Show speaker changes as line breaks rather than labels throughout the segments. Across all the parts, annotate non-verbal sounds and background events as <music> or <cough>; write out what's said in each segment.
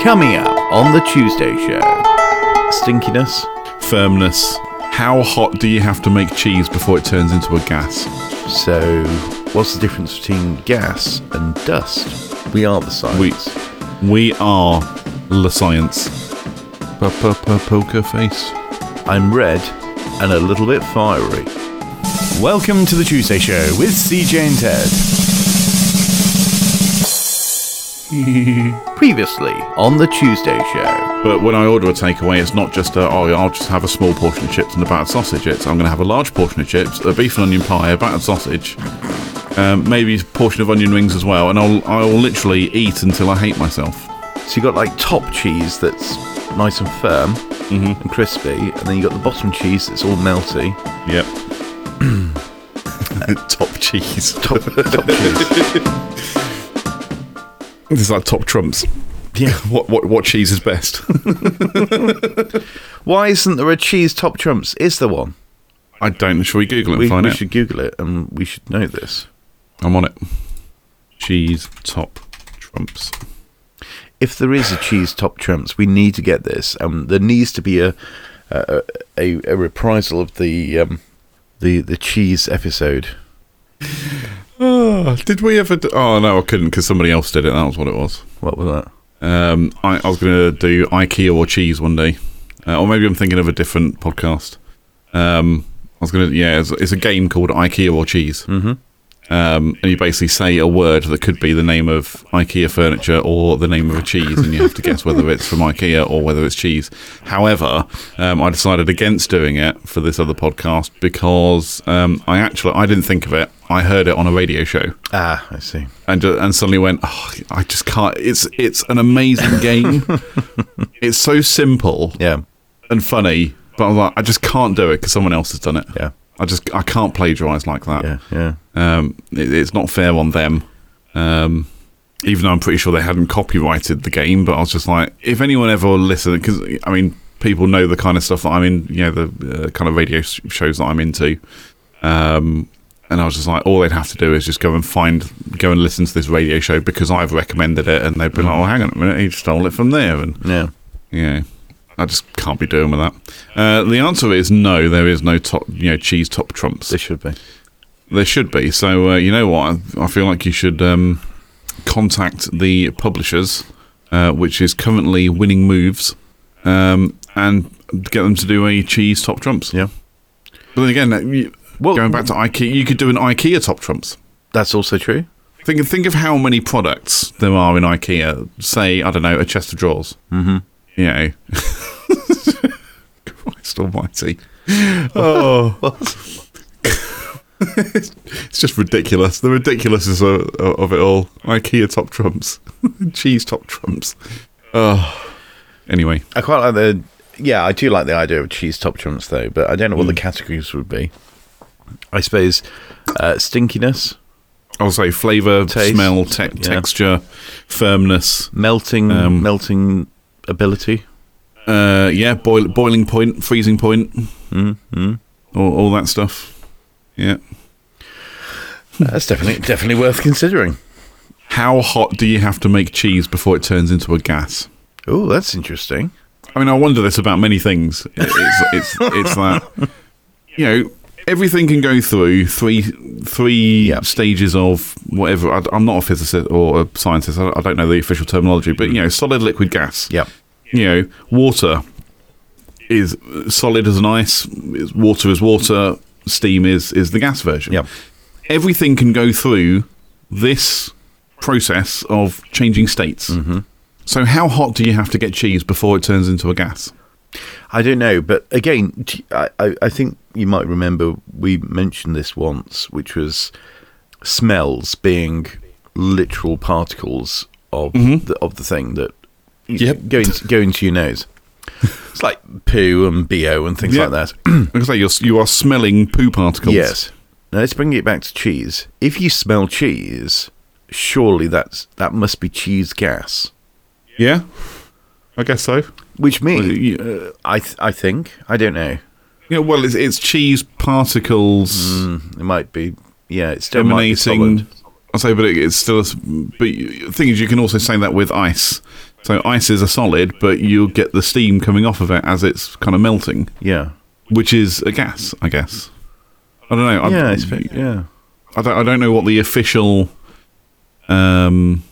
Coming up on the Tuesday show stinkiness,
Firmness. How hot do you have to make cheese before it turns into a gas?
So, what's the difference between gas and dust? We are the
We,
science.
we are La Science. Poker face.
I'm red and a little bit fiery.
Welcome to the Tuesday Show with CJ
<laughs>
and Ted.
Previously on the Tuesday show.
But when I order a takeaway, it's not just a, oh, I'll just have a small portion of chips and a battered sausage. It's, I'm going to have a large portion of chips, a beef and onion pie, a battered sausage, um, maybe a portion of onion rings as well, and I'll, I'll literally eat until I hate myself.
So you got like top cheese that's nice and firm
Mm-hmm.
and crispy, and then you got the bottom cheese that's all melty.
Yep. <laughs> top cheese.
Top, top cheese.
It's like top trumps. Yeah. <laughs> what, what, what cheese is <laughs> best?
<laughs> Why isn't there a cheese top trumps? Is there one?
I don't. Shall we Google it and
We,
find
we
out?
should Google it and we should know this.
I'm on it. Cheese top trumps.
if there is a cheese top trumps, we need to get this. Um, there needs to be a a, a, a reprisal of the um, the the cheese episode.
Oh, did we ever? Do- oh no, I couldn't because somebody else did it. That was what it was.
What was that?
Um, I, I was going to do IKEA or cheese one day, uh, or maybe I'm thinking of a different podcast. Um, I was going to, yeah, it's, it's a game called IKEA or cheese, mm-hmm. um, and you basically say a word that could be the name of IKEA furniture or the name of a cheese, and you have to guess whether it's from IKEA or whether it's cheese. However, um, I decided against doing it for this other podcast because um, I actually I didn't think of it. I heard it on a radio show
Ah, I see.
and uh, and suddenly went, oh, I just can't. It's it's an amazing
<laughs>
game. it's so simple
Yeah,
and funny, but I'm like, I just can't do it because someone else has done it.
Yeah.
I just I can't plagiarize like that.
yeah, yeah.
Um, it, it's not fair on them. Um, even though I'm pretty sure they hadn't copyrighted the game, but I was just like, if anyone ever listened, because I mean, people know the kind of stuff that I'm in, you know, the uh, kind of radio sh- shows that I'm into. Um, and I was just like, all they'd have to do is just go and find, go and listen to this radio show because I've recommended it, and they'd be like, oh, hang on a minute, he stole it from there, and
Yeah.
yeah, I just can't be doing with that. Uh, the answer is no, there is no top, you know, cheese top trumps.
This should be.
There should be. So uh, you know what? I feel like you should um, contact the publishers, uh, which is currently winning moves, um, and get them to do a cheese top trumps.
Yeah.
But then again, uh, you-
Well-
going back to IKEA, you could do an IKEA top trumps.
That's also true.
Think think of how many products there are in IKEA. Say I don't know a chest of drawers. Mm-hmm. You <laughs> know. Christ Almighty. Oh, it's just ridiculous. The ridiculousness of, of it all. IKEA top trumps, <laughs> cheese top trumps. Oh, anyway,
I quite like the. Yeah, I do like the idea of cheese top trumps though, but I don't know what the categories would be. I suppose uh, stinkiness,
I'll say flavour,
Taste.
smell, te- texture, firmness.
melting,
Um,
melting ability.
Uh, yeah, boil, boiling point, freezing point, all, all that stuff. Yeah.
That's definitely definitely worth considering.
How hot do you have to make cheese before it turns into a gas?
Oh, that's interesting.
I mean, I wonder this about many things. It- It's it's it's that you know everything can go through three three
Yeah.
stages of whatever. I, am not a physicist or a scientist. I, I don't know the official terminology, but you know, solid, liquid, gas.
Yep.
you know, water is solid as an ice. is- Water is water. Steam is is the gas version.
Yep.
Everything can go through this process of changing states.
Mm-hmm.
So, how hot do you have to get cheese before it turns into a gas?
I don't know, but again, t- I, I- I think you might remember we mentioned this once, which was smells being literal particles of the, of the thing that
Mm-hmm. Yep.
go into, go into your nose. it's like poo and bo and things
Yeah.
like that.
Like I say, you're, s- you are smelling poo particles.
Hmm. yes. Now let's bring it back to cheese. If you smell cheese, surely that's that must be cheese gas,
Yeah. I guess so.
which
Well,
means uh,
you-
I th- I think I don't know.
yeah. Well, it's, it's cheese particles.
Hmm, It might be. Yeah, it's still might be solid.
emanating. I say, but it, it's still. a s- But you- the thing is, you can also say that with ice. So ices are solid, but you'll get the steam coming off of it as it's kind of melting,
Yeah.
which is a gas, I guess. I don't know. I-
Yeah, it's, ve- yeah.
I don't, I don't know what the official um,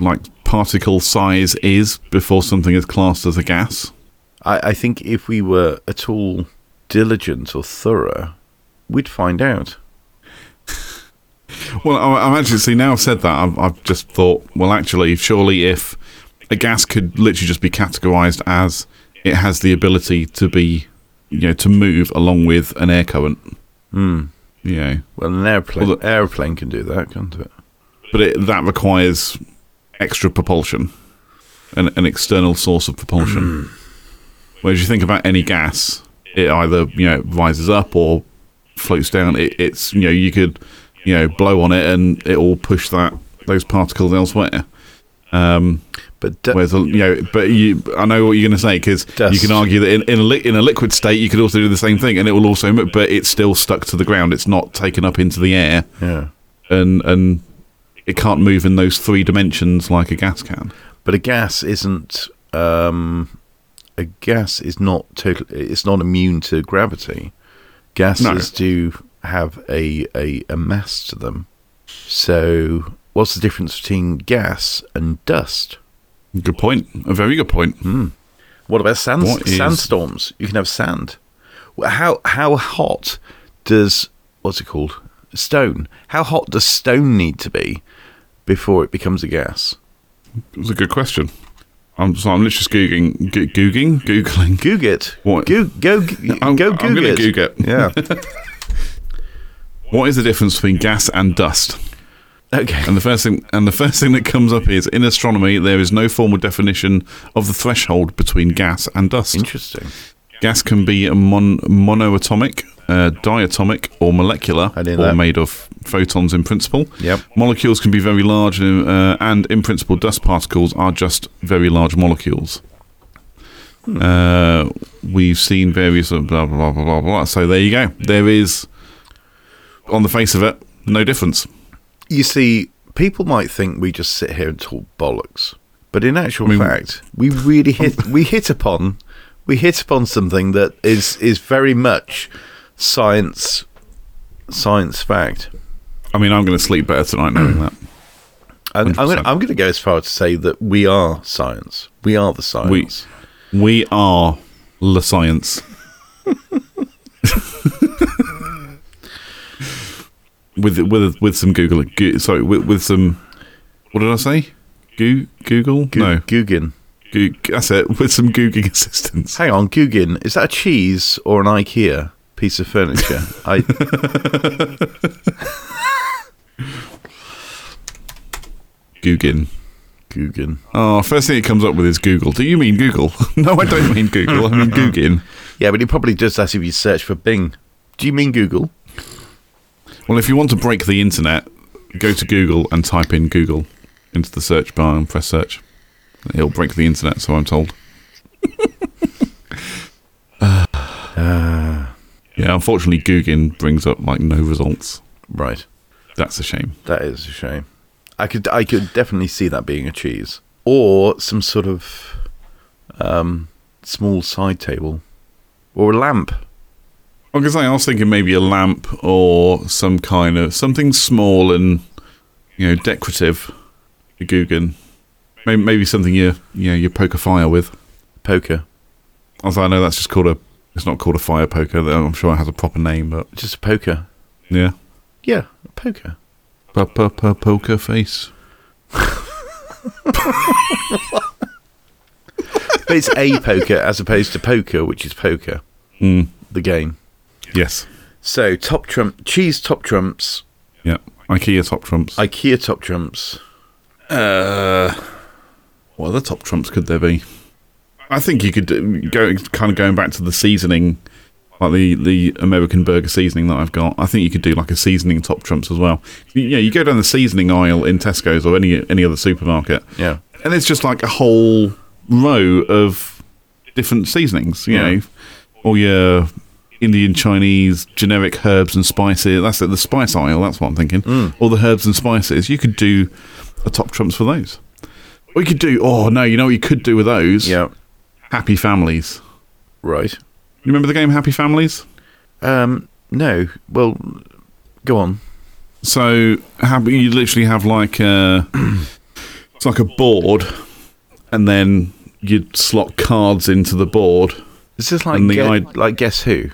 like particle size is before something is classed as a gas.
I, I think if we were at all diligent or thorough, we'd find out.
Well, I, I've actually see, now I've said that I've, I've just thought. Well, actually, surely if a gas could literally just be categorized as it has the ability to be, you know, to move along with an air current. Hmm. You know,
Well, an airplane,
Well, the-
airplane can do that, can't it?
but it, that requires extra propulsion, an, an external source of propulsion. Whereas you think about any gas, it either you know rises up or floats down. It, it's you know you could you know blow on it and it will push that those particles elsewhere. Um,
But d-
whereas you know, but you, I know what you're going to say because you
Dust.
can argue that in, in a li- in a liquid state you could also do the same thing, and it will also, mo- but it's still stuck to the ground. It's not taken up into the air
yeah.
and and it can't move in those three dimensions like a gas can.
But a gas isn't. Um, a gas is not total. It's not immune to gravity.
No.
Gases do have a, a a mass to them. So, what's the difference between gas and dust?
Good point. A very good point. Hmm.
What about sand,
What is-
sandstorms? You can have sand. Well, How how hot does what's it called stone? How hot does stone need to be before it becomes a gas?
It was a good question. I'm so I'm literally googling, go- googling, googling.
Goog it.
What?
Goo- go g-
I'm-
go
I'm
Goog
gonna
it.
Goog it. <laughs>
Yeah.
What is the difference between gas and dust?
okay.
And the first thing and the first thing that comes up is in astronomy there is no formal definition of the threshold between gas and dust.
Interesting.
Gas can be mon- monoatomic, uh, diatomic, or molecular,
I knew
or
that.
made of photons in principle.
Yep.
Molecules can be very large, and, uh, and in principle, dust particles are just very large molecules.
Hmm.
Uh, we've seen various blah, blah blah blah blah blah. So there you go. There is, on the face of it, no difference.
You see, people might think we just sit here and talk bollocks, but in actual
mean-
fact, we really hit we hit upon we hit upon something that is is very much science science fact.
I mean, I'm going to sleep better tonight knowing that.
And I'm gonna,
100%.
I'm going to go as far to say that we are science. We are the science.
We are la science. with with with some Google, go, sorry, with, with some. What did I say? Goo, Google?
Goo-
no,
Guggen.
Goo, that's it. With some googling <laughs> assistance.
Hang on, Guggen. Is that a cheese or an IKEA piece of furniture? I
Googin.
Guggen.
Oh, first thing it comes up with is Google. Do you mean Google? <laughs> no, I don't mean Google. I mean Googin.
Yeah, but it probably does that if you search for Bing. Do you mean Google?
Well, if you want to break the internet, go to Google and type in Google into the search bar and press search. It'll break the internet, so I'm told. yeah, unfortunately, Googin brings up like no results.
Right.
That's a shame.
That is a shame. I could I could definitely see that being a cheese or some sort of um, small side table or a lamp.
I was, I was thinking maybe a lamp or some kind of something small and you know decorative. A Googan, maybe, maybe something you you know you poke a fire with.
Poker,
Also, I know that's just called a. It's not called a fire poker. though I'm sure it has a proper name, but
just a poker.
yeah,
Yeah, a poker.
poker face.
But it's
<laughs>
a poker as opposed to poker, which is poker,
Hmm.
the game.
Yes.
So top trump, cheese top trumps,
Yeah. IKEA top trumps.
IKEA top trumps.
uh, what other top trumps could there be? I think you could do- go kind of going back to the seasoning, like the the American burger seasoning that I've got. I think you could do like a seasoning top trumps as well. Yeah, you go down the seasoning aisle in Tesco's or any any other supermarket.
Yeah.
and it's just like a whole row of different seasonings. You
Yeah.
know, all your Indian, Chinese, generic herbs and spices. That's it, the spice
Mm.
aisle. That's what I'm thinking. All the herbs and spices. You could do a top trumps for those. What you could do? Oh no, you know what you could do with those?
Yeah.
Happy families.
Right.
You remember the game Happy Families?
Um, no. Well, go on.
So happy, you literally have like a, it's like a board, and then you'd slot cards into the board.
Is this like
And the
Gue-
id-
like Guess Who?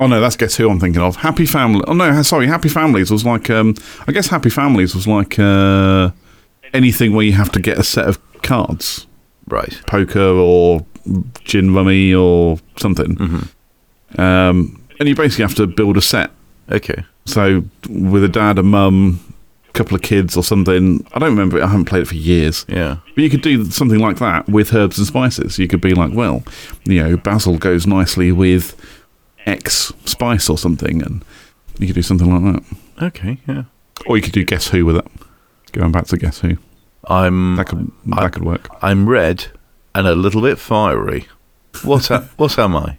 Oh no, that's guess who I'm thinking of. Happy Family. Oh no, ha- sorry, Happy Families was like um, I guess Happy Families was like uh, anything where you have to get a set of cards,
Right.
poker or gin rummy or something, um, and you basically have to build a set.
Okay.
So with a dad, a mum, a couple of kids or something. I don't remember. it. I haven't played it for years.
Yeah.
But you could do something like that with herbs and spices. You could be like, well, you know, basil goes nicely with X spice or something, and you could do something like that.
Okay. Yeah.
Or you could do Guess Who with it. Going back to Guess Who,
I'm
that could that could work.
I'm red and a little bit fiery. What
<laughs>
a, what am I?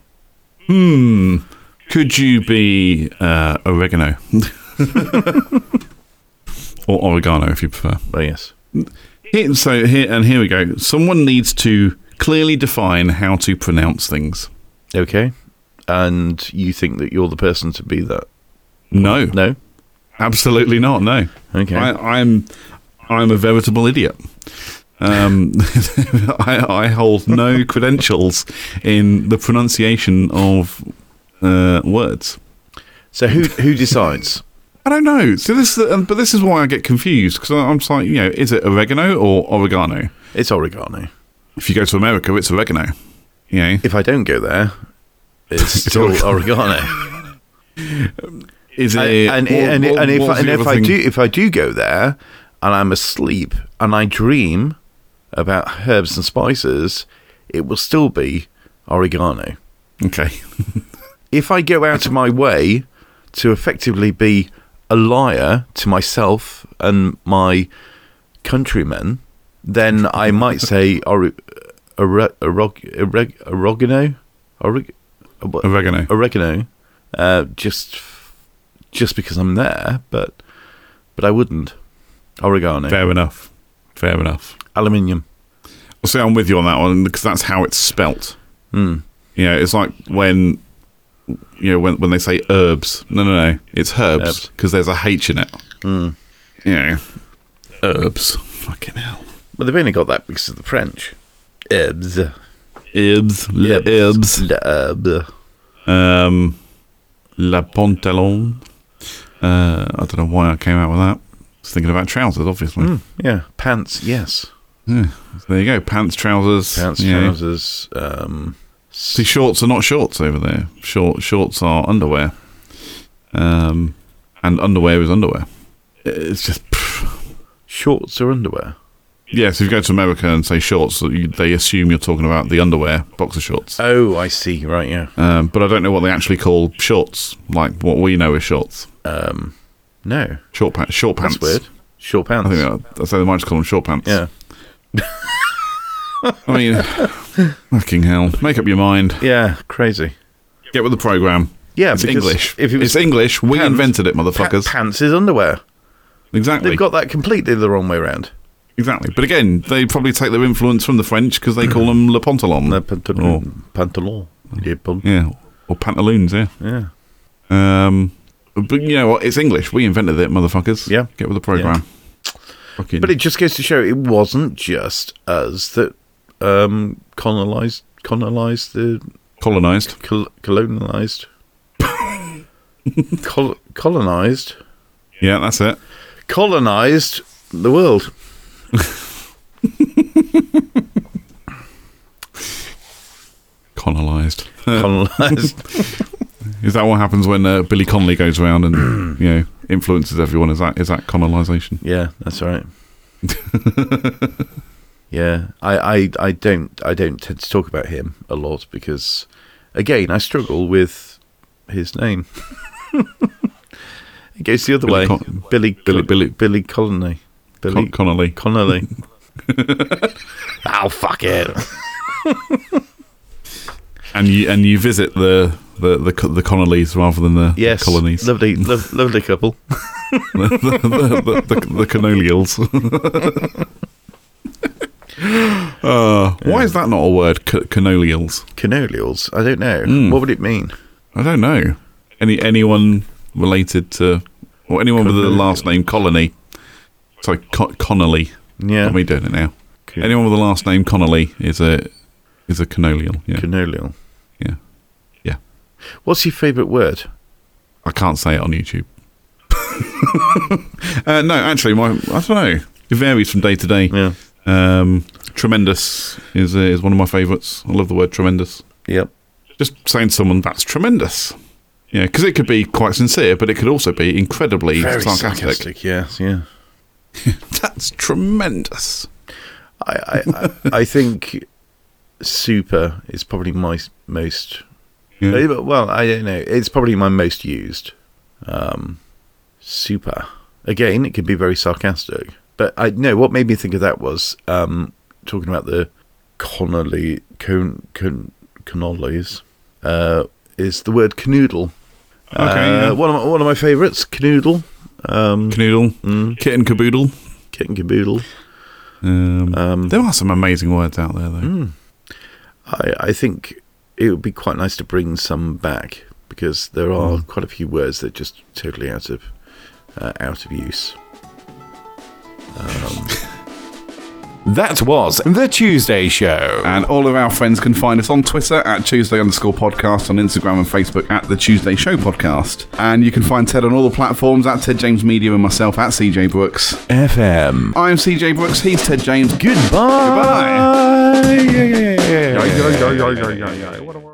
Hmm. Could you be uh, oregano <laughs> or oregano if you prefer?
Oh yes.
Here, so here and here we go. Someone needs to clearly define how to pronounce things.
Okay. And you think that you're the person to be that?
No,
No.
absolutely not. No.
Okay.
I, I'm I'm a veritable idiot. Um, <laughs> I, I
<laughs>
hold no credentials in the pronunciation of uh, words.
so who who
<laughs>
decides?
I don't know. So this, is the- um, but this is why I get confused because I'm just like, you know, is it oregano or oregano?
It's oregano.
If you go to America, it's oregano. You know,
If I don't go there, it's
<laughs> It's
still
oregano.
oregano.
<laughs> is it?
I- and
what-
and,
what-
and if
what's
I, and
the
if
other
I
thing?
do if I do go there and I'm asleep and I dream about herbs and spices, it will still be oregano.
okay,
If I go out of my way to effectively be a liar to myself and my countrymen, then I might say "Oh, ore- ore- oreg- oreg- oregano, Oreg- what-
oregano.
oregano, uh, just just because I'm there, but but I wouldn't. Oregano,
Fair enough. Fair enough.
aluminium.
Well, see, I'm with you on that one because that's how it's spelt.
Mm.
You know, it's like when you know when when they say herbs. No, no, no, it's herbs
Herbs.
because there's a H in it. You know, herbs. Fucking hell.
But they've only got that because of the French. Herbs,
Herbs, le herbs.
Le herb.
Um, la pantalon. Uh, I don't know why I came out with that. I was thinking about trousers, obviously.
Mm, Yeah, pants. Yes,
Yeah. So there you go. Pants, trousers.
pants,
you know.
trousers. Um,
See, shorts are not shorts over there. Short shorts are underwear, um, and underwear is underwear. It's just pff.
shorts or underwear.
yeah. So if you go to America and say shorts, you- they assume you're talking about the underwear boxer shorts.
Oh, I see. Right, yeah.
Um, but I don't know what they actually call shorts, like what we know as shorts,
Um, no,
short pants, short pants.
that's weird. Short pants.
I think that- so. They might just call them short pants.
yeah,
I
<laughs>
mean, fucking hell. Make up your mind.
yeah, crazy.
Get with the program.
Yeah,
it's
because
English.
if it was
it's English. We
pants-
invented it,
Pa-
motherfuckers.
pants is underwear.
exactly.
They've got that completely the wrong way round.
Exactly. But again, they probably take their influence from the French because they call them Le Pantalon.
The pantalon. Pantalon. Yeah, pant-
yeah. Or pantaloons, yeah.
yeah.
Um, but you know what? It's English. We invented it, motherfuckers.
Yeah.
Get with the program. Fucking.
But it just goes to show it wasn't just us that um, colonized, colonized the
colonized.
col- colonized, col- colonized,
Yeah, that's it.
colonized the world.
Colonized. <laughs>
Colonized.
Is that what happens when uh, Billy Connolly goes
<clears throat>
around and, you know, influences everyone? Is that is that colonization?
Yeah, that's right. <laughs> yeah, I, I, I don't, I don't tend to talk about him a lot because, again, I struggle with his name. <laughs> it goes the other
Billy
way.
Con-
Billy,
Billy-
Billy,
Billy-
Billy, Billy Colony, Billy
Con- Connolly.
Connolly.
<laughs>
oh fuck it!
And you and you visit the the the, co- the Connollys rather than the,
Yes,
the colonies.
lovely, lo- lovely couple.
<laughs> the, the, the, the, the colonials. <laughs> Uh, Why is that not a word? C- cannoleals.
Cannoleals? I don't know.
Hmm.
What would it mean?
I don't know. Any anyone related to or anyone with the last name Colony? Sorry, Co- Connolly.
Yeah.
Let me doing it now.
Can-
Anyone with the last name Connolly is a is a cannoleal. Yeah,
Cannoleal.
yeah, yeah.
What's your favourite word?
I can't say it on YouTube. <laughs> uh, no, actually, my I don't know. It varies from day to day.
Yeah.
Um, tremendous is uh, is one of my favourites. I love the word tremendous.
Yep.
Just saying to someone that's tremendous. Yeah, because it could be quite sincere, but it could also be incredibly sarcastic.
Yes. Yeah.
That's tremendous.
I, I, I-
<laughs>
I think super is probably my s- most.
Yeah.
Uh, Well, I don't know. It's probably my most used. Um, super. Again, it can be very sarcastic. But I no. What made me think of that was um, talking about the Connolly con, con, Connollies uh, is the word canoodle.
Okay.
Uh,
yeah.
one of my, one of my favourites, canoodle,
Canoodle, kit and caboodle.
kit and caboodle.
Um, there are some amazing words out there, though.
I, I think it would be quite nice to bring some back because there are quite a few words that are just totally out of uh, out of use.
That was The Tuesday Show.
And all of our friends can find us on Twitter at Tuesday underscore podcast, on Instagram and Facebook at The Tuesday Show Podcast. And you can find Ted on all the platforms at Ted James Media and myself at CJ Brooks.
FM.
I'm CJ Brooks, he's Ted James. Goodbye.
Goodbye.
Goodbye.